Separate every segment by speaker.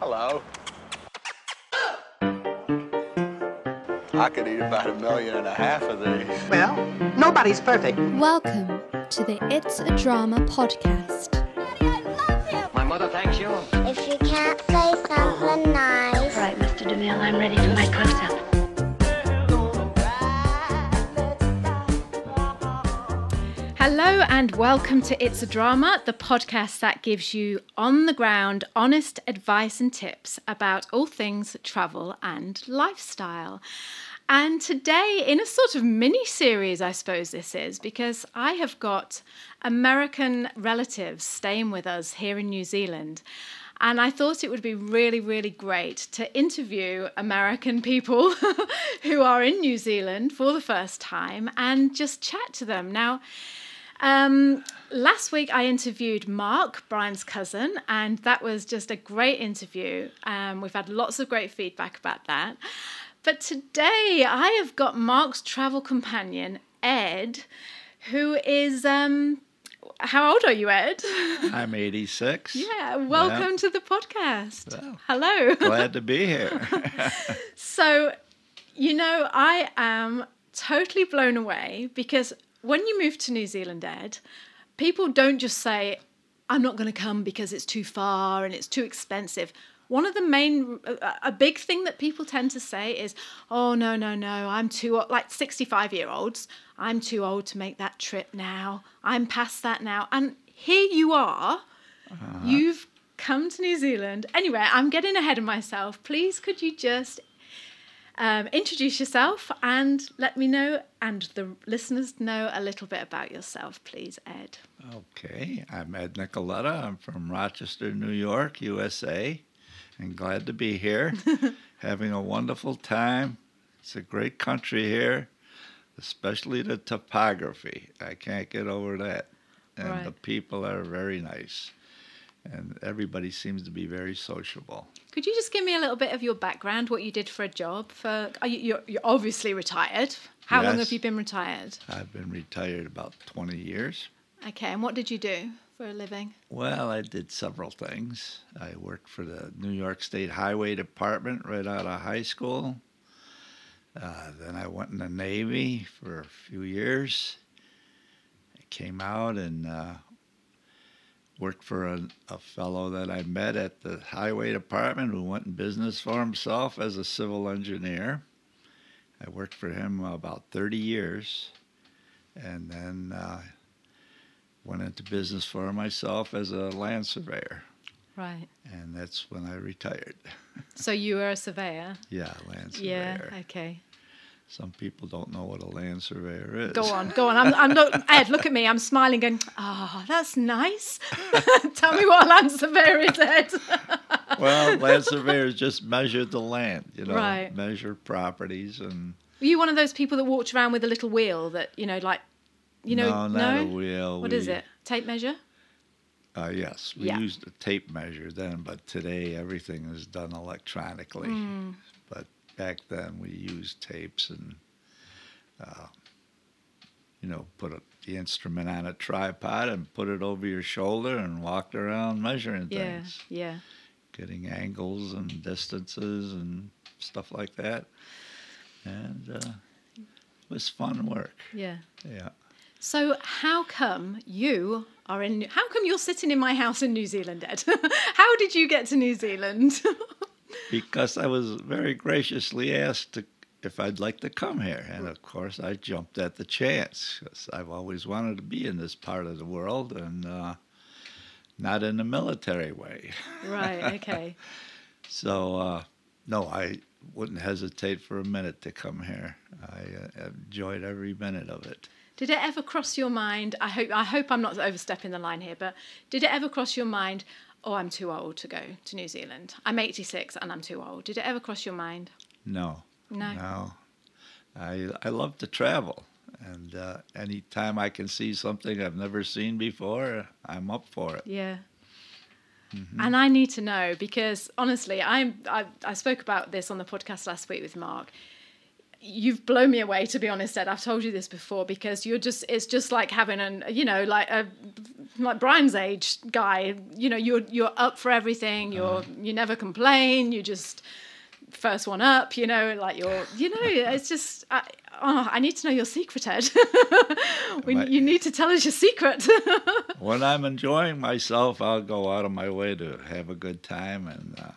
Speaker 1: Hello. I could eat about a million and a half of these.
Speaker 2: Well, nobody's perfect.
Speaker 3: Welcome to the It's a Drama podcast.
Speaker 4: My mother thanks you.
Speaker 5: If you can't say something nice,
Speaker 6: All right, Mr. DeMille, I'm ready for my close-up.
Speaker 7: Hello and welcome to It's a Drama, the podcast that gives you on the ground honest advice and tips about all things travel and lifestyle. And today, in a sort of mini series, I suppose this is, because I have got American relatives staying with us here in New Zealand. And I thought it would be really, really great to interview American people who are in New Zealand for the first time and just chat to them. Now, um, last week I interviewed Mark, Brian's cousin, and that was just a great interview. Um, we've had lots of great feedback about that. But today I have got Mark's travel companion, Ed, who is. Um, how old are you, Ed?
Speaker 8: I'm 86.
Speaker 7: Yeah, welcome to the podcast.
Speaker 8: Wow.
Speaker 7: Hello.
Speaker 8: Glad to be here.
Speaker 7: So, you know, I am totally blown away because when you move to New Zealand, Ed, people don't just say, I'm not going to come because it's too far and it's too expensive. One of the main, a- a big thing that people tend to say is, oh, no, no, no, I'm too, old. like 65 year olds, I'm too old to make that trip now. I'm past that now. And here you are, you've come to New Zealand. Anyway, I'm getting ahead of myself. Please, could you just um, introduce yourself and let me know and the listeners know a little bit about yourself, please, Ed.
Speaker 8: okay, I'm Ed Nicoletta. I'm from Rochester, New York, USA, and glad to be here. Having a wonderful time. It's a great country here, especially the topography. I can't get over that. And the
Speaker 7: Right.
Speaker 8: people are very nice. And everybody seems to be very sociable.
Speaker 7: Could you just give me a little bit of your background, what you did for a job? For are you, you're, you're obviously retired. How long
Speaker 8: Yes.
Speaker 7: have you been retired?
Speaker 8: I've been retired about 20 years.
Speaker 7: Okay, and what did you do for a living?
Speaker 8: Well, I did several things. I worked for the New York State Highway Department right out of high school. Uh, then I went in the Navy for a few years. I came out and uh, worked for a, a fellow that I met at the Highway Department who went in business for himself as a civil engineer. I worked for him about 30 years and then uh, went into business for myself as a land surveyor,
Speaker 7: Right.
Speaker 8: and that's when I retired.
Speaker 7: So you were a surveyor.
Speaker 8: Yeah, land
Speaker 7: Yeah.
Speaker 8: surveyor.
Speaker 7: Okay.
Speaker 8: Some people don't know what a land surveyor is.
Speaker 7: Go on. Go on. I'm. I'm not. Ed, look at me. I'm smiling. Going. Ah, that's nice. Tell me what a land surveyor is, Ed.
Speaker 8: Well, land surveyors just measure the land, you know,
Speaker 7: Right.
Speaker 8: measure properties and
Speaker 7: Were you one of those people that walked around with a little wheel that you know, like, you know,
Speaker 8: no, not a wheel.
Speaker 7: What
Speaker 8: we,
Speaker 7: is it? Tape measure?
Speaker 8: Uh, yes, we
Speaker 7: Yeah.
Speaker 8: used a tape measure then, but today everything is done electronically.
Speaker 7: Mm.
Speaker 8: But back then we used tapes and, uh, you know, put a, the instrument on a tripod and put it over your shoulder and walked around measuring things,
Speaker 7: Yeah,
Speaker 8: getting angles and distances and stuff like that. And uh, it was fun work.
Speaker 7: yeah, yeah.
Speaker 8: Yeah.
Speaker 7: So how come you are in? How come you're sitting in my house in New Zealand, Ed? how did you get to New Zealand?
Speaker 8: because I was very graciously asked to, if I'd like to come here. And of course, I jumped at the chance 'cause I've always wanted to be in this part of the world and uh, not in the military way.
Speaker 7: right. Okay.
Speaker 8: So, uh, no, I wouldn't hesitate for a minute to come here. I uh, enjoyed every minute of it.
Speaker 7: Did it ever cross your mind? I hope. I hope I'm not overstepping the line here, but did it ever cross your mind? Oh, I'm too old to go to New Zealand. I'm 86 and I'm too old. Did it ever cross your mind?
Speaker 8: No.
Speaker 7: No.
Speaker 8: No. I I love to travel, and uh, anytime I can see something I've never seen before, I'm up for it.
Speaker 7: Yeah. And I need to know because honestly, I'm I, I spoke about this on the podcast last week with Mark. you've blown me away to be honest ed i've told you this before because you're just it's just like having an you know like a like brian's age guy you know you're you're up for everything you're you never complain you just first one up you know like you're you know it's just I, oh i need to know your secret ed we,
Speaker 8: Right.
Speaker 7: you need to tell us your secret
Speaker 8: when I'm enjoying myself, I'll go out of my way to have a good time, and uh,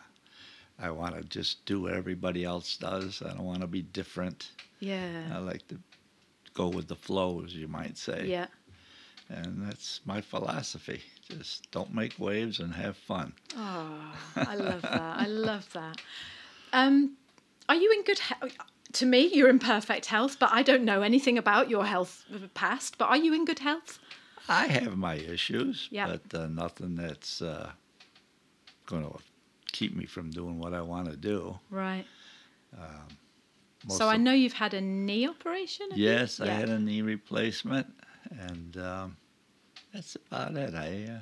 Speaker 8: I want to just do what everybody else does. I don't want to be different. I
Speaker 7: yeah
Speaker 8: like to go with the flow, as you might say.
Speaker 7: yeah
Speaker 8: And that's my philosophy. Just don't make waves and have fun.
Speaker 7: Oh, I love that. I love that. Um, are you in good health? To me, you're in perfect health, but I don't know anything about your health past. But are you in good health?
Speaker 8: I have my issues,
Speaker 7: Yeah.
Speaker 8: but uh, nothing that's uh, going to keep me from doing what I want to do.
Speaker 7: Right.
Speaker 8: Um, Most
Speaker 7: so I
Speaker 8: of-
Speaker 7: know you've had a knee operation. have you?
Speaker 8: Yes, I
Speaker 7: Yeah.
Speaker 8: had a knee replacement, and um, that's about it. I uh,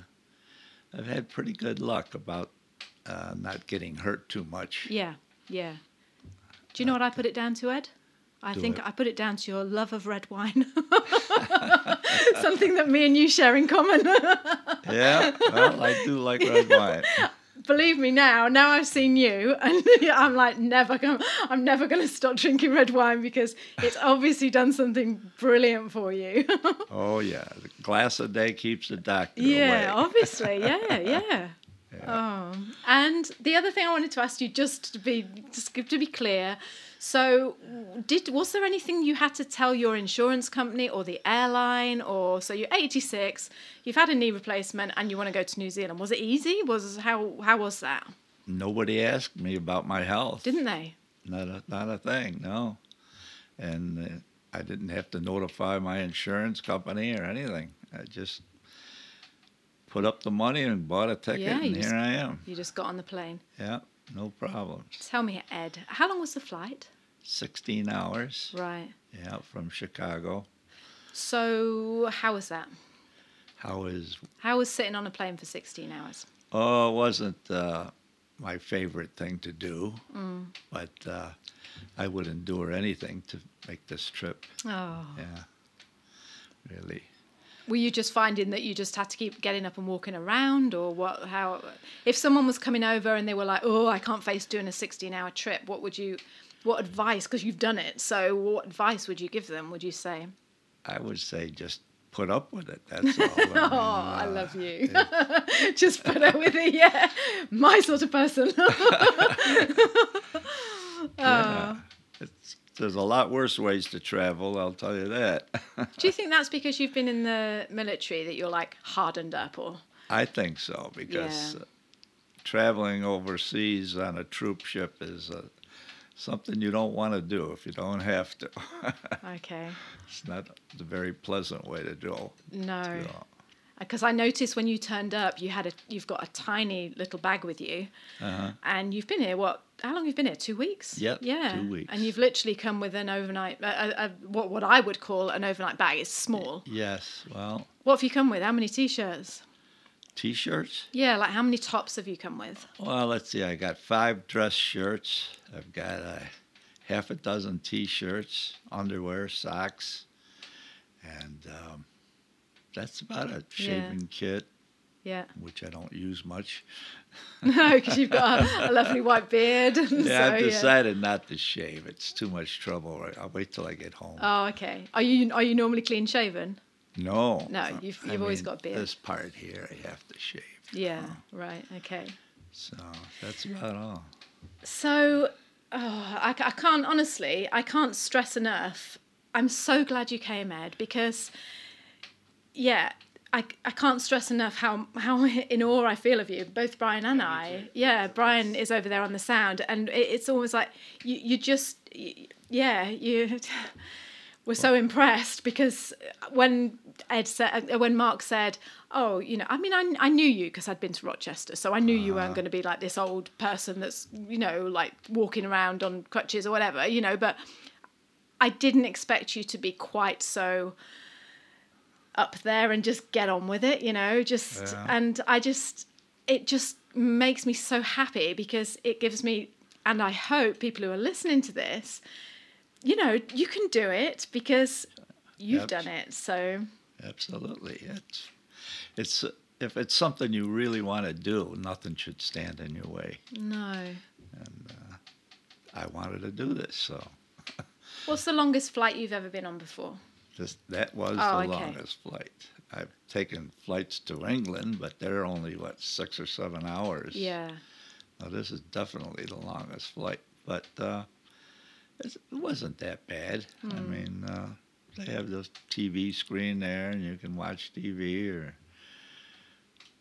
Speaker 8: I've had pretty good luck about uh, not getting hurt too much.
Speaker 7: Yeah. Yeah. Do you know what I put it down to, Ed? I
Speaker 8: Do
Speaker 7: think
Speaker 8: it.
Speaker 7: I put it down to your love of red wine. Something that me and you share in common.
Speaker 8: Yeah, well, I do like red wine.
Speaker 7: believe me now now i've seen you and i'm like never gonna i'm never gonna stop drinking red wine because it's obviously done something brilliant for you
Speaker 8: Oh yeah, a glass a day keeps the doctor
Speaker 7: yeah Oh.
Speaker 8: away.
Speaker 7: obviously yeah yeah Oh, and the other thing I wanted to ask you, just to be just to be clear, so did was there anything you had to tell your insurance company or the airline, or so you're 86, you've had a knee replacement, and you want to go to New Zealand? Was it easy? Was how how was that?
Speaker 8: Nobody asked me about my health.
Speaker 7: Didn't they?
Speaker 8: Not a, not a thing, no. And uh, I didn't have to notify my insurance company or anything. I just put up the money and bought a ticket,
Speaker 7: Yeah, you
Speaker 8: and
Speaker 7: just-
Speaker 8: here I am.
Speaker 7: You just got on the plane.
Speaker 8: Yeah, no problems.
Speaker 7: Tell me, Ed, how long was the flight?
Speaker 8: 16 hours,
Speaker 7: Right.
Speaker 8: yeah, from Chicago.
Speaker 7: So, how was that?
Speaker 8: How is,
Speaker 7: How was sitting on a plane for 16 hours?
Speaker 8: oh, it wasn't uh, my favorite thing to do, but uh, I would endure anything to make this trip.
Speaker 7: Oh.
Speaker 8: Yeah, really.
Speaker 7: Were you just finding that you just had to keep getting up and walking around, or what? How? If someone was coming over and they were like, "Oh, I can't face doing a 16-hour trip," what would you? What advice? Because you've done it, so what advice would you give them? Would you say,
Speaker 8: I would say just put up with it. That's all. I mean,
Speaker 7: "Oh, I love you," just put up with it? Yeah, my sort of person.
Speaker 8: yeah. It's, there's a lot worse ways to travel. I'll tell you that.
Speaker 7: Do you think that's because you've been in the military that you're like hardened up or
Speaker 8: I think so because
Speaker 7: Yeah.
Speaker 8: uh traveling overseas on a troop ship is uh something you don't want to do if you don't have to.
Speaker 7: okay?
Speaker 8: it's not the very pleasant way to do.
Speaker 7: No.
Speaker 8: Yeah.
Speaker 7: Because I noticed when you turned up, you had a you've got a tiny little bag with you, and you've been here what? How long you've been here? Two weeks.
Speaker 8: Uh-huh. Yep,
Speaker 7: Yeah.
Speaker 8: two weeks.
Speaker 7: And you've literally come with an overnight, uh, uh, what what I would call an overnight bag. It's small.
Speaker 8: Yes. Well,
Speaker 7: What have you come with? How many t-shirts?
Speaker 8: t-shirts.
Speaker 7: Yeah, like how many tops have you come with?
Speaker 8: Well, let's see. I got five dress shirts. I've got a half a dozen T-shirts, underwear, socks, and um, that's about it.
Speaker 7: Yeah.
Speaker 8: Shaving kit,
Speaker 7: Yeah.
Speaker 8: which I don't use much.
Speaker 7: No, because you've got a, a lovely white beard. Yeah,
Speaker 8: yeah, I've decided not to shave. It's too much trouble. I- I'll wait till I get home.
Speaker 7: Oh, okay. Are you are you normally clean shaven?
Speaker 8: no.
Speaker 7: No, you've- you've always got a beard.
Speaker 8: This part here, I have to shave.
Speaker 7: Yeah.
Speaker 8: Uh-huh.
Speaker 7: Right. Okay.
Speaker 8: So that's about all.
Speaker 7: So, oh, I, ca- I can't honestly, I can't stress enough. I'm so glad you came, Ed, because yeah, I, I can't stress enough how how in awe I feel of you, both Brian and I. Yeah, Brian is over there on the sound, and it, it's almost like you you just y- yeah you. were so impressed because when Ed said, uh, when Mark said, "Oh, you know, I mean, I, I knew you because I'd been to Rochester, so I knew you weren't going to be like this old person that's, you know, like walking around on crutches or whatever, you know." But I didn't expect you to be quite so up there and just get on with it, you know. Just
Speaker 8: Yeah.
Speaker 7: and I just, it just makes me so happy because it gives me, and I hope people who are listening to this you know, you can do it because you've
Speaker 8: Yep.
Speaker 7: done it. So
Speaker 8: Absolutely. It's it's if it's something you really want to do, nothing should stand in your way.
Speaker 7: no.
Speaker 8: I wanted to do this, so
Speaker 7: What's the longest flight you've ever been on before?
Speaker 8: just that was
Speaker 7: Oh,
Speaker 8: the
Speaker 7: okay.
Speaker 8: longest flight. I've taken flights to England, but they're only what six or seven hours.
Speaker 7: Yeah.
Speaker 8: Now, this is definitely the longest flight, but uh, it's, it wasn't that bad. I mean, uh, they have the TV screen there, and you can watch TV or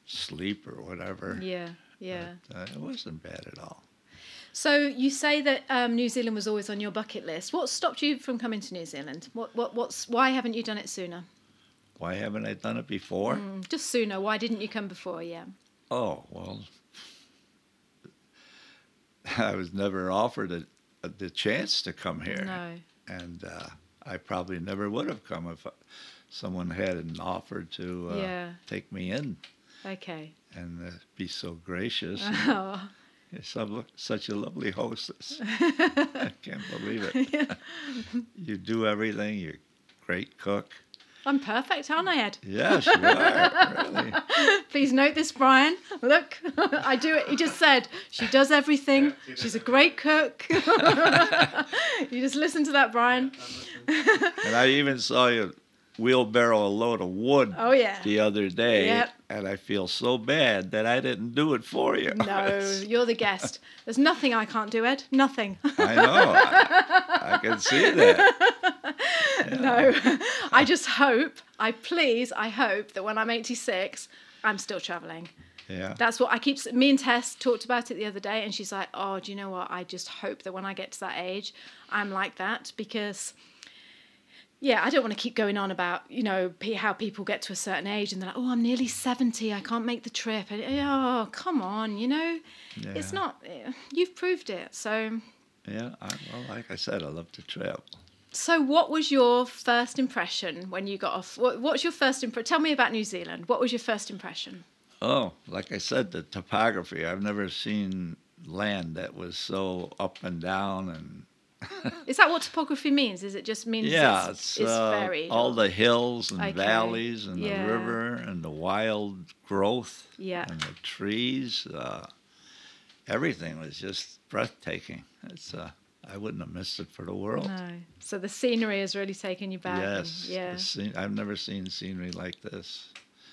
Speaker 8: sleep or whatever.
Speaker 7: Yeah. Yeah.
Speaker 8: But, uh, it wasn't bad at all.
Speaker 7: So you say that um, New Zealand was always on your bucket list. What stopped you from coming to New Zealand? What, what, what's, why haven't you done it sooner?
Speaker 8: Why haven't I done it before?
Speaker 7: Mm, Just sooner. Why didn't you come before? Yeah.
Speaker 8: Oh, well, I was never offered a, a, the chance to come here.
Speaker 7: No.
Speaker 8: And uh, I probably never would have come if uh, someone hadn't offered to uh,
Speaker 7: Yeah.
Speaker 8: take me in
Speaker 7: Okay.
Speaker 8: and uh, be so gracious.
Speaker 7: Oh,
Speaker 8: You're so, such a lovely hostess. I can't believe it. you do everything, you're a great cook.
Speaker 7: I'm perfect, aren't I, Ed?
Speaker 8: Yes, you are, really.
Speaker 7: Please note this, Brian. Look, I do it. He just said she does everything. She's a great cook. you just listen to that, Brian.
Speaker 8: And I even saw you wheelbarrow a load of wood
Speaker 7: Oh yeah.
Speaker 8: the other day,
Speaker 7: Yep.
Speaker 8: and I feel so bad that I didn't do it for you.
Speaker 7: No,
Speaker 8: It's-
Speaker 7: you're the guest. There's nothing I can't do, Ed. Nothing.
Speaker 8: I know. I, I can see that.
Speaker 7: No. I just hope, I please, I hope that when I'm 86, I'm still traveling.
Speaker 8: Yeah.
Speaker 7: That's what I keep. s- Me and Tess talked about it the other day, and she's like, "Oh, do you know what? I just hope that when I get to that age, I'm like that because." Yeah, I don't want to keep going on about you know pe- how people get to a certain age and they're like, oh, I'm nearly seventy, I can't make the trip. And, oh, come on, you know, it's
Speaker 8: Yeah.
Speaker 7: not. eh, You've proved it. So,
Speaker 8: Yeah. I, well, like I said, I love to travel.
Speaker 7: so what was your first impression when you got off? What, what's your first impression? Tell me about New Zealand. What was your first impression?
Speaker 8: Oh, like I said, the topography. I've never seen land that was so up and down and
Speaker 7: Is that what topography means? Is it just means
Speaker 8: yeah,
Speaker 7: it's,
Speaker 8: it's,
Speaker 7: it's
Speaker 8: uh,
Speaker 7: varied?
Speaker 8: all
Speaker 7: or-
Speaker 8: the hills and
Speaker 7: Okay.
Speaker 8: valleys and
Speaker 7: Yeah.
Speaker 8: the river and the wild growth
Speaker 7: Yeah.
Speaker 8: and the trees. Uh, everything was just breathtaking. It's uh, I wouldn't have missed it for the world.
Speaker 7: No. So the scenery has really taken you back. and-
Speaker 8: Yes, the
Speaker 7: Yeah.
Speaker 8: scen- I've never seen scenery like this.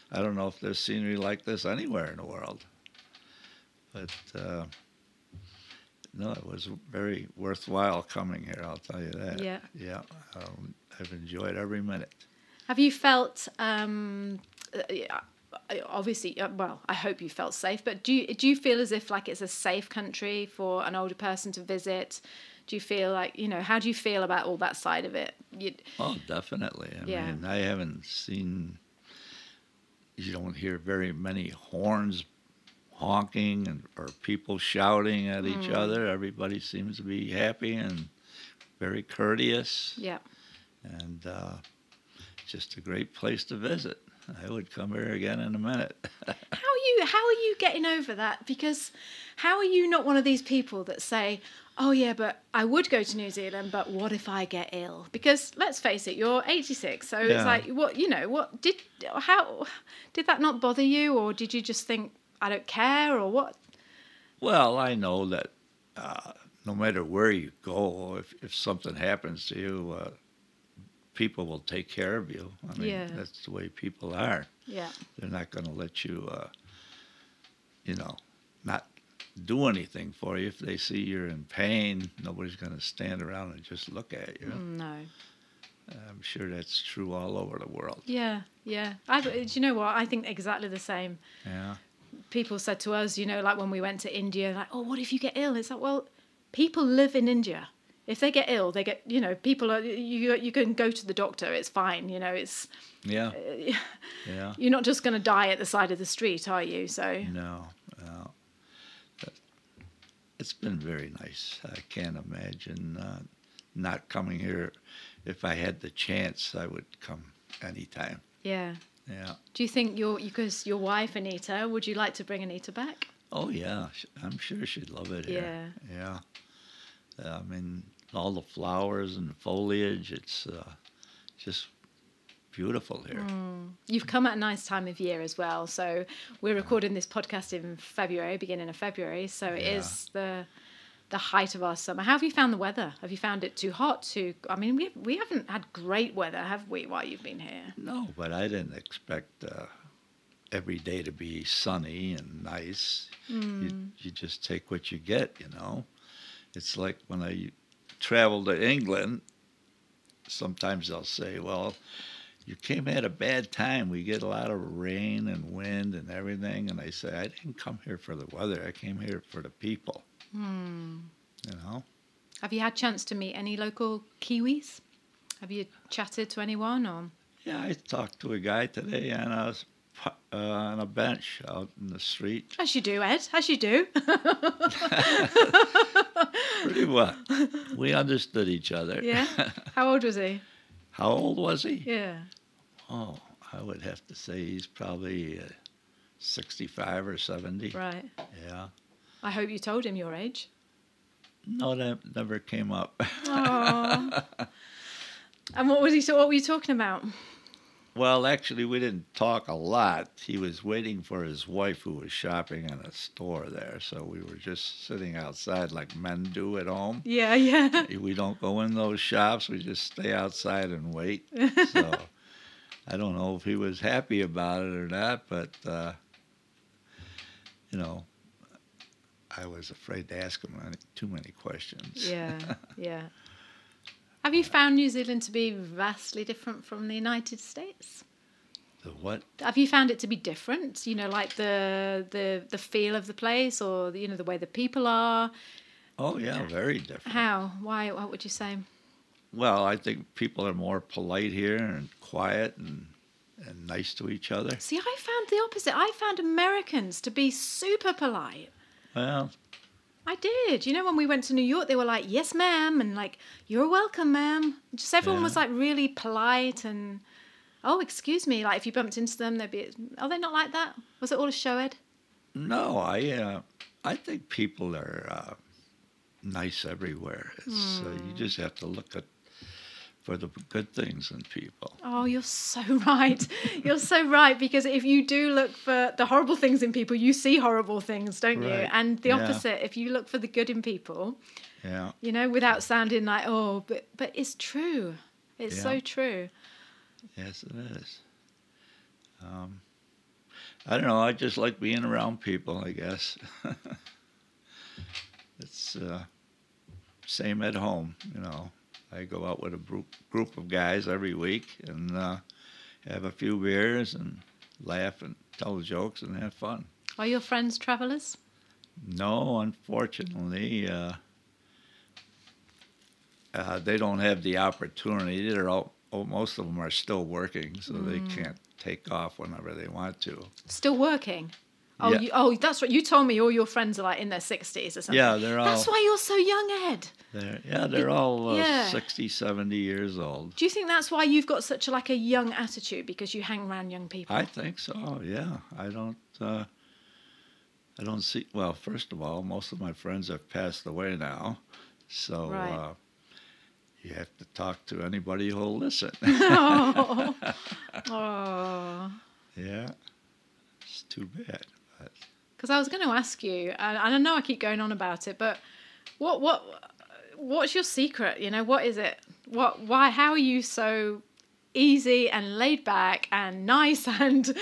Speaker 8: I don't know if there's scenery like this anywhere in the world, but uh, no, it was very worthwhile coming here. I'll tell you that.
Speaker 7: Yeah.
Speaker 8: yeah, um, I've enjoyed every minute.
Speaker 7: Have you felt? Um, uh, yeah, uh, obviously, uh, well, I hope you felt safe. But do you do you feel as if like it's a safe country for an older person to visit? Do you feel like you know? How do you feel about all that side of it? You,
Speaker 8: Oh, definitely. I
Speaker 7: Yeah.
Speaker 8: mean, I haven't seen. You don't hear very many horns honking and or people shouting at each
Speaker 7: Mm.
Speaker 8: other. Everybody seems to be happy and very courteous,
Speaker 7: yeah.
Speaker 8: and uh, just a great place to visit. I would come here again in a minute.
Speaker 7: How are you? How are you getting over that? Because how are you not one of these people that say? Oh yeah, but I would go to New Zealand, but what if I get ill? Because let's face it, you're 86, so it's
Speaker 8: Yeah.
Speaker 7: like what you know. What did how did that not bother you, or did you just think I don't care, or what?
Speaker 8: Well, I know that uh, no matter where you go, if, if something happens to you, uh, people will take care of you. I mean,
Speaker 7: Yeah.
Speaker 8: that's the way people are.
Speaker 7: Yeah,
Speaker 8: They're not going to let you, uh, you know, not do anything for you. If they see you're in pain, nobody's going to stand around and just look at you.
Speaker 7: no.
Speaker 8: I'm sure that's true all over the world.
Speaker 7: Yeah, yeah. I, do you know what? I think exactly the same.
Speaker 8: Yeah.
Speaker 7: people said to us, you know, like when we went to India, like, oh, what if you get ill? It's like, well, people live in India. If they get ill, they get, you know, people are, you, you can go to the doctor, it's fine, you know, it's,
Speaker 8: Uh, Yeah. Yeah.
Speaker 7: you're not just going to die at the side of the street, are you? So,
Speaker 8: No, no. But It's been very nice. I can't imagine uh, not coming here. If I had the chance, I would come anytime.
Speaker 7: yeah.
Speaker 8: Yeah.
Speaker 7: Do you think your, because your wife, Anita, would you like to bring Anita back?
Speaker 8: Oh yeah, Sh- I'm sure she'd love it here. Yeah. I mean, all the flowers and foliage. It's uh, just beautiful here.
Speaker 7: You've come at a nice time of year as well. So we're recording this podcast in February, beginning of February. So it is the the height of our summer. How have you found the weather? Have you found it too hot? Too? I mean, we we haven't had great weather, have we? While you've been here,
Speaker 8: No, but I didn't expect uh, every day to be sunny and nice. You, you just take what you get, you know. It's like when I travel to England, sometimes they'll say, Well, you came at a bad time. We get a lot of rain and wind and everything. And I say, I didn't come here for the weather, I came here for the people. You know?
Speaker 7: have you had chance to meet any local Kiwis? Have you chatted to anyone? Or
Speaker 8: Yeah, I talked to a guy today on a, s- pu- uh, on a bench out in the street.
Speaker 7: as you do, Ed, as you do.
Speaker 8: Pretty well. We understood each other.
Speaker 7: yeah. How old was he?
Speaker 8: How old was he?
Speaker 7: Yeah.
Speaker 8: Oh, I would have to say he's probably uh, 65 or 70.
Speaker 7: Right.
Speaker 8: Yeah.
Speaker 7: I hope you told him your age.
Speaker 8: No, that never came up.
Speaker 7: Aw. and what was he? So what were you talking about?
Speaker 8: well, actually, we didn't talk a lot. He was waiting for his wife who was shopping in a store there. So we were just sitting outside like men do at home.
Speaker 7: Yeah, yeah.
Speaker 8: We don't go in those shops. We just stay outside and wait. So I don't know if he was happy about it or not, but uh, you know, I was afraid to ask him any, too many questions.
Speaker 7: Yeah, yeah. Have you found New Zealand to be vastly different from the United States?
Speaker 8: The what?
Speaker 7: Have you found it to be different? You know, like the the the feel of the place, or the, you know, the way the people are.
Speaker 8: Oh yeah, very different.
Speaker 7: How? Why? What would you say?
Speaker 8: Well, I think people are more polite here and quiet and and nice to each other.
Speaker 7: See, I found the opposite. I found Americans to be super polite.
Speaker 8: Well,
Speaker 7: I did. You know, when we went to New York, they were like, "Yes, ma'am," and like, "You're welcome, ma'am." Just everyone
Speaker 8: Yeah.
Speaker 7: was like really polite and, "Oh, excuse me." Like if you bumped into them, they'd be, "Are they not like that?" Was it all a show, Ed?
Speaker 8: No, I uh, I think people are uh, nice everywhere. It's, uh, you just have to look at for the good things in people.
Speaker 7: Oh, you're so right. you're so right because if you do look for the horrible things in people, you see horrible things, don't you?
Speaker 8: Right.
Speaker 7: And the
Speaker 8: Yeah.
Speaker 7: opposite, if you look for the good in people,
Speaker 8: Yeah,
Speaker 7: you know, without sounding like, "Oh," but but it's true. It's so
Speaker 8: Yeah.
Speaker 7: true.
Speaker 8: yes, it is. Um, I don't know. I just like being around people. I guess it's uh, same at home. You know, I go out with a group group of guys every week and uh, have a few beers and laugh and tell jokes and have fun.
Speaker 7: Are your friends travelers?
Speaker 8: No, unfortunately, uh, uh, they don't have the opportunity. They're all, oh, most of them are still working, so
Speaker 7: Mm.
Speaker 8: they can't take off whenever they want to.
Speaker 7: Still working? Oh,
Speaker 8: Yeah.
Speaker 7: you, oh, that's right. You told me all your friends are like in their sixties or something.
Speaker 8: Yeah, they're all
Speaker 7: That's why you're so young, Ed.
Speaker 8: they're, yeah, they're all uh,
Speaker 7: yeah.
Speaker 8: 60, 70 years old.
Speaker 7: Do you think that's why you've got such a, like a young attitude because you hang around young people?
Speaker 8: I think so. Yeah, I don't. Uh, I don't see. Well, first of all, most of my friends have passed away now, so
Speaker 7: Right.
Speaker 8: uh, you have to talk to anybody who'll listen.
Speaker 7: oh. oh.
Speaker 8: Yeah, it's too bad. But
Speaker 7: Because I was going to ask you, and and I know I keep going on about it, but what what what's your secret? You know, what is it? What why? How are you so easy and laid back and nice and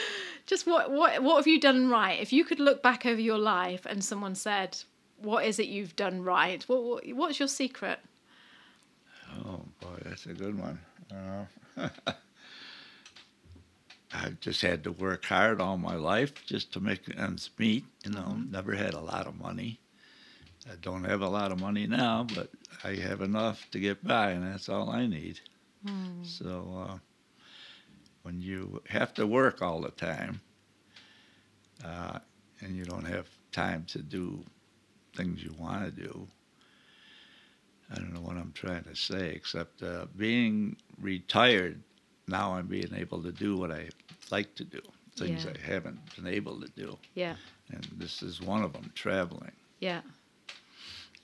Speaker 7: just what what what have you done right? If you could look back over your life and someone said, "What is it you've done right?" What, what what's your secret?
Speaker 8: oh boy, that's a good one. Uh, I just had to work hard all my life just to make ends meet. You know, never had a lot of money. I don't have a lot of money now, but I have enough to get by, and that's all I need. So uh, when you have to work all the time, uh, and you don't have time to do things you want to do. I don't know what I'm trying to say, except uh, being retired, now I'm being able to do what I like to do, things
Speaker 7: Yeah.
Speaker 8: I haven't been able to do.
Speaker 7: Yeah,
Speaker 8: And this is one of them traveling.
Speaker 7: yeah.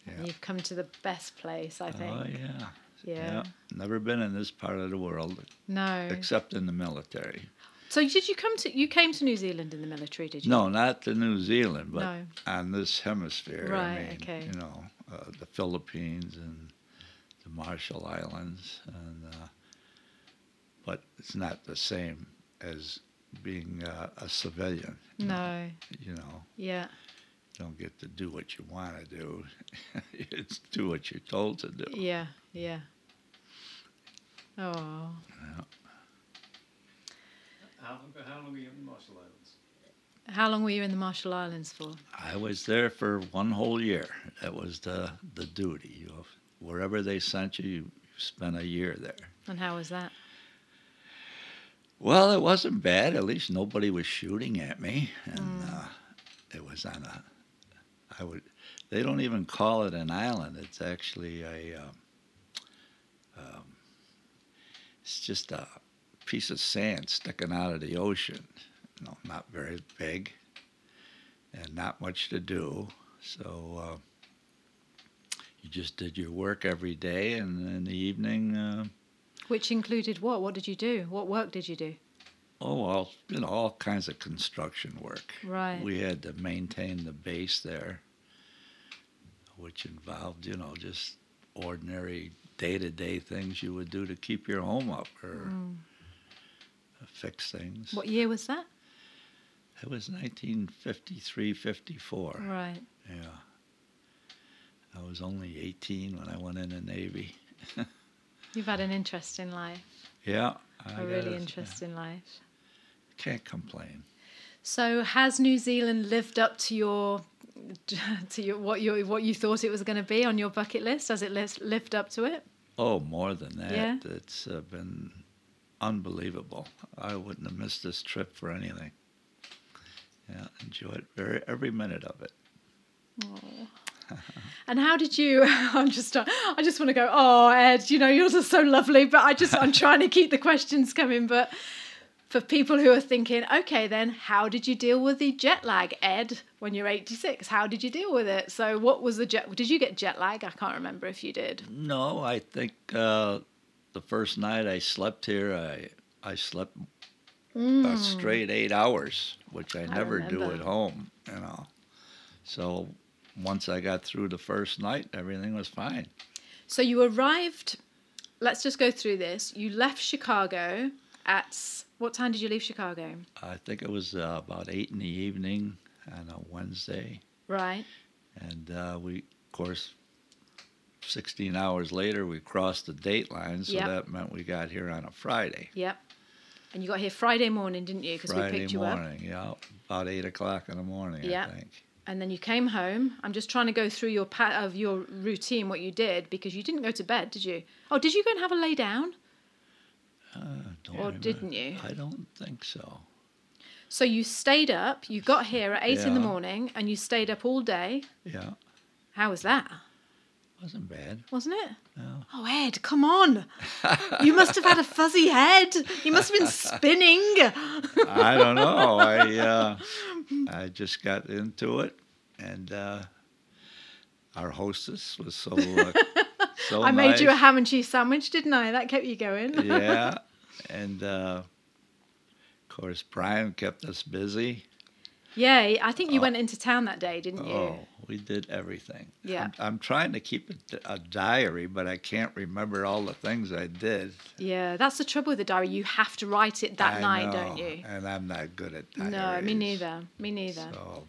Speaker 8: Yeah.
Speaker 7: You've come to the best place, I think.
Speaker 8: Oh yeah.
Speaker 7: Yeah.
Speaker 8: Never been in this part of the world
Speaker 7: No.
Speaker 8: except in the military.
Speaker 7: So did you come to you came to New Zealand in the military, did you?
Speaker 8: No, not to New Zealand, but
Speaker 7: No.
Speaker 8: on this hemisphere. I
Speaker 7: Right,
Speaker 8: mean,
Speaker 7: okay.
Speaker 8: You know, uh, the Philippines and the Marshall Islands, and uh, but it's not the same as being uh, a civilian.
Speaker 7: No.
Speaker 8: You know,
Speaker 7: Yeah.
Speaker 8: you don't get to do what you want to do. it's do what you're told to do.
Speaker 7: Yeah. Yeah. Oh.
Speaker 9: How, how long were you in the Marshall Islands?
Speaker 7: How long were you in the Marshall Islands for?
Speaker 8: I was there for one whole year. That was the the duty. You know, wherever they sent you, you spent a year there.
Speaker 7: And how was that?
Speaker 8: Well, it wasn't bad. At least nobody was shooting at me, and uh, it was on a. I would. They don't even call it an island. It's actually a. Um, um, it's just a piece of sand sticking out of the ocean. You know, not very big, and not much to do. So. Uh, you just did your work every day, and in the evening. Uh,
Speaker 7: Which included what? What did you do? What work did you do?
Speaker 8: Oh well, you know all kinds of construction work.
Speaker 7: Right.
Speaker 8: We had to maintain the base there, which involved you know just ordinary day-to-day things you would do to keep your home up or fix things.
Speaker 7: Mm. What year was that?
Speaker 8: It was 1953, 54.
Speaker 7: Right.
Speaker 8: Yeah. I was only 18 when I went in the Navy.
Speaker 7: You've had an interesting life,
Speaker 8: Yeah.
Speaker 7: a
Speaker 8: I
Speaker 7: really
Speaker 8: gotta-
Speaker 7: interesting life.
Speaker 8: Can't complain.
Speaker 7: So has New Zealand lived up to your to your what you what you thought it was going to be on your bucket list? Has it lived, lived up to it?
Speaker 8: Oh, more than that.
Speaker 7: Yeah?
Speaker 8: It's uh, been unbelievable. I wouldn't have missed this trip for anything. Yeah, enjoyed very every minute of it.
Speaker 7: And how did you? I'm just I just want to go. Oh, Ed, you know yours are so lovely, but I just I'm trying to keep the questions coming. But for people who are thinking, okay, then how did you deal with the jet lag, Ed? When you're 86, how did you deal with it? So what was the jet? Did you get jet lag? I can't remember if you did.
Speaker 8: No, I think uh, the first night I slept here, I I slept a straight eight hours, which I, never do
Speaker 7: Mm. remember.
Speaker 8: at home. You know, so once I got through the first night, everything was fine.
Speaker 7: So you arrived. Let's just go through this. You left Chicago at s- what time did you leave Chicago?
Speaker 8: I think it was uh, about eight in the evening on a Wednesday.
Speaker 7: Right.
Speaker 8: And uh, we, of course, 16 hours later, we crossed the date line. So
Speaker 7: Yep.
Speaker 8: that meant we got here on a Friday.
Speaker 7: Yep. And you got here Friday morning, didn't you? Because we
Speaker 8: Friday
Speaker 7: picked you up.
Speaker 8: morning, yeah. About 8 o'clock in the morning,
Speaker 7: Yep.
Speaker 8: I think.
Speaker 7: And then you came home. I'm just trying to go through your pat of your routine, what you did, because you didn't go to bed, did you? Oh, did you go and have a lay down?
Speaker 8: I don't
Speaker 7: Or didn't you?
Speaker 8: I don't think so.
Speaker 7: So you stayed up. You got here at eight in the
Speaker 8: Yeah.
Speaker 7: morning, and you stayed up all day.
Speaker 8: Yeah,
Speaker 7: How was that?
Speaker 8: wasn't bad.
Speaker 7: Wasn't it? Oh, Ed, come on! you must have had a fuzzy head. You must have been spinning.
Speaker 8: I don't know. I uh, I just got into it, and uh, our hostess was so uh, so
Speaker 7: I made you a
Speaker 8: nice.
Speaker 7: ham and cheese sandwich, didn't I? That kept you going.
Speaker 8: yeah. And uh, of course, Brian kept us busy.
Speaker 7: Yeah, I think you went into town that day, didn't you?
Speaker 8: Oh, we did everything.
Speaker 7: Yeah.
Speaker 8: I'm, I'm trying to keep a, a diary, but I can't remember all the things I did.
Speaker 7: Yeah, that's the trouble with the diary. You have to write it that
Speaker 8: I
Speaker 7: night, don't
Speaker 8: know,
Speaker 7: you?
Speaker 8: And I'm not good at diaries.
Speaker 7: No, me neither. Me neither.
Speaker 8: So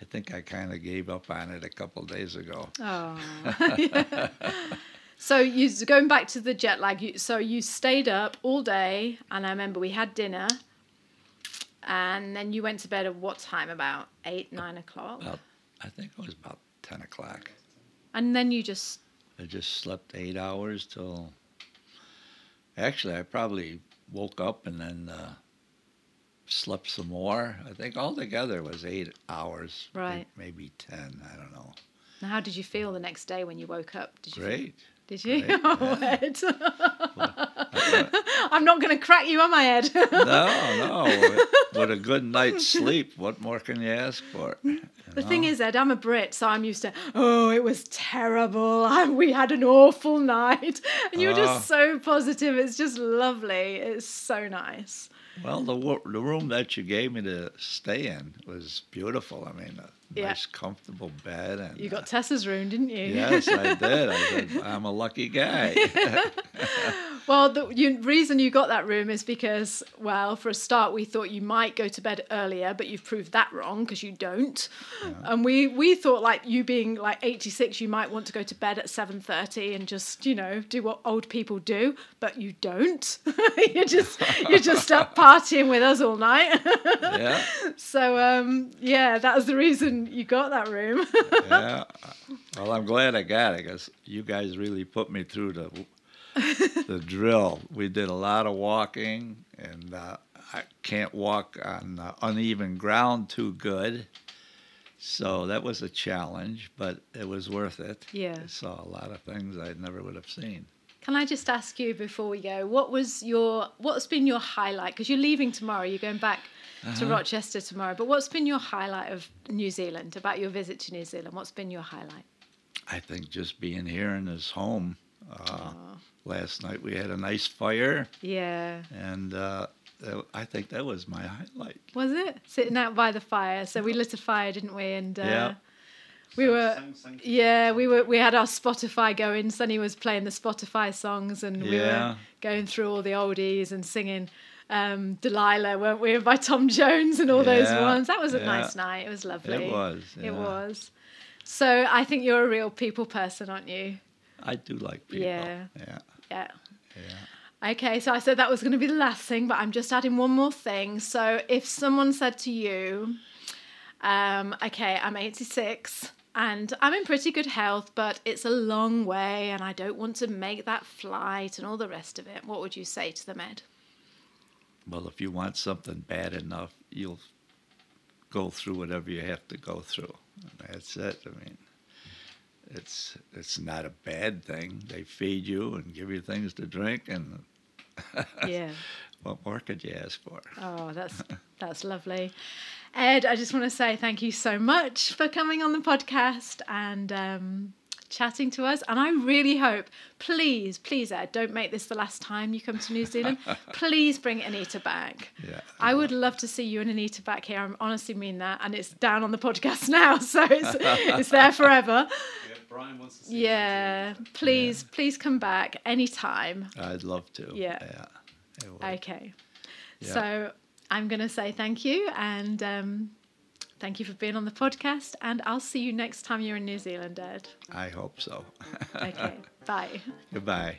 Speaker 8: I think I kind of gave up on it a couple days ago.
Speaker 7: Oh. so you going back to the jet lag. You, so you stayed up all day, and I remember we had dinner, and then you went to bed at what time? About eight, nine o'clock,
Speaker 8: About, I think it was about 10 o'clock.
Speaker 7: and then you just
Speaker 8: I just slept eight hours till. Actually, I probably woke up and then uh, slept some more. I think altogether was eight hours, may-
Speaker 7: Right.
Speaker 8: Maybe ten. I don't know.
Speaker 7: Now, How did you feel the next day when you woke up? Did you?
Speaker 8: Great.
Speaker 7: Did you?
Speaker 8: Great,
Speaker 7: Oh, Ed. I'm not going to crack you, am I, Ed?
Speaker 8: No, no. with a good night's sleep, what more can you ask for?
Speaker 7: The thing is, Ed, I'm a Brit, so I'm used to, oh, it was terrible. and we had an awful night. And you're just so positive. It's just lovely. It's so nice.
Speaker 8: Well, the wo- the room that you gave me to stay in was beautiful. I mean, a
Speaker 7: Yeah.
Speaker 8: nice, comfortable bed, and
Speaker 7: You
Speaker 8: uh,
Speaker 7: got Tessa's room, didn't you?
Speaker 8: yes, I did. I said, I'm a lucky guy.
Speaker 7: Well, the you, reason you got that room is because, well, for a start, we thought you might go to bed earlier, but you've proved that wrong because you don't. And we we thought like you being like 86, you might want to go to bed at 7:30 and just you know do what old people do, but you don't. you're just you're just up partying with us all night.
Speaker 8: yeah,
Speaker 7: so um, yeah, that was the reason you got that room.
Speaker 8: yeah. Well, I'm glad I got it because you guys really put me through the the drill. We did a lot of walking, and uh, I can't walk on uh, uneven ground too good. So that was a challenge, but it was worth it.
Speaker 7: Yeah.
Speaker 8: I saw a lot of things I never would have seen.
Speaker 7: Can I just ask you before we go, what was your what's been your highlight? Because you're leaving tomorrow, you're going back to Rochester tomorrow. But what's been your highlight of New Zealand about your visit to New Zealand? What's been your highlight?
Speaker 8: I think just being here in this home. Uh, last night we had a nice fire,
Speaker 7: Yeah,
Speaker 8: and uh, that- I think that was my highlight.
Speaker 7: was it sitting out by the fire? So we lit a fire, didn't we? And uh,
Speaker 8: Yeah.
Speaker 7: we were.
Speaker 9: Sang- sang- sang-
Speaker 7: Yeah, we were we had our Spotify going. Sonny was playing the Spotify songs, and we
Speaker 8: Yeah.
Speaker 7: were going through all the oldies and singing um, "Delilah," weren't we? By Tom Jones and all those
Speaker 8: Yeah,
Speaker 7: ones. That was a
Speaker 8: yeah.
Speaker 7: nice night. It was lovely.
Speaker 8: was, yeah.
Speaker 7: It was. So I think you're a real people person, aren't you?
Speaker 8: I do like people.
Speaker 7: Yeah.
Speaker 8: Yeah.
Speaker 7: Yeah. Okay, so I said that was going to be the last thing, but I'm just adding one more thing. So if someone said to you, um, okay, I'm 86 and I'm in pretty good health, but it's a long way and I don't want to make that flight and all the rest of it, what would you say to them, Ed?
Speaker 8: Well, if you want something bad enough, you'll go through whatever you have to go through. That's it. I mean, it's it's not a bad thing. They feed you and give you things to drink, and
Speaker 7: Yeah.
Speaker 8: what more could you ask for?
Speaker 7: Oh, that's that's lovely. Ed, I just want to say thank you so much for coming on the podcast and um, chatting to us. And I really hope, please, please, Ed, don't make this the last time you come to New Zealand. please bring Anita back.
Speaker 8: Yeah.
Speaker 7: I would love to see you and Anita back here. I honestly mean that. And it's down on the podcast now, so it's, it's there forever.
Speaker 9: Yeah, Brian wants to see you.
Speaker 7: Yeah, please, please come back anytime.
Speaker 8: I'd love to.
Speaker 7: Yeah.
Speaker 8: Yeah. I would.
Speaker 7: Okay.
Speaker 8: Yeah.
Speaker 7: So I'm going to say thank you and um, thank you for being on the podcast. And I'll see you next time you're in New Zealand, Ed.
Speaker 8: I hope so.
Speaker 7: Okay. Bye.
Speaker 8: Goodbye.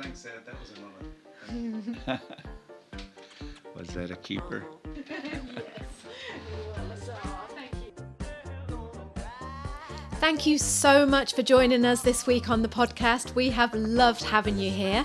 Speaker 9: Thanks, Ed. That was an honour.
Speaker 8: Was that a keeper?
Speaker 7: Thank you so much for joining us this week on the podcast. We have loved having you here.